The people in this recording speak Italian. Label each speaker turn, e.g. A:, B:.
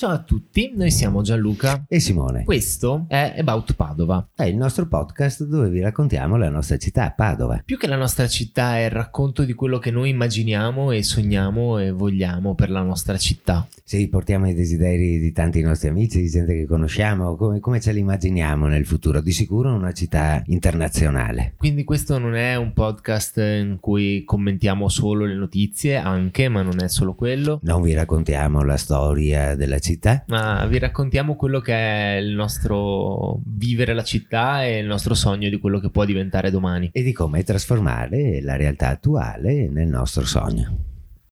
A: Ciao a tutti, noi siamo Gianluca.
B: E Simone,
A: Questo è About Padova.
B: è il nostro podcast dove vi raccontiamo la nostra città, Padova.
A: Più che la nostra città è il racconto di quello che noi immaginiamo e sogniamo e vogliamo per la nostra città.
B: Se riportiamo i desideri di tanti nostri amici, di gente che conosciamo, come, come ce li immaginiamo nel futuro? Di sicuro una città internazionale.
A: Quindi questo non è un podcast in cui commentiamo solo le notizie, anche, ma non è solo quello.
B: Non vi raccontiamo la storia della città,
A: Ma vi raccontiamo quello che è il nostro vivere la città e il nostro sogno di quello che può diventare domani.
B: e di come trasformare la realtà attuale nel nostro sogno.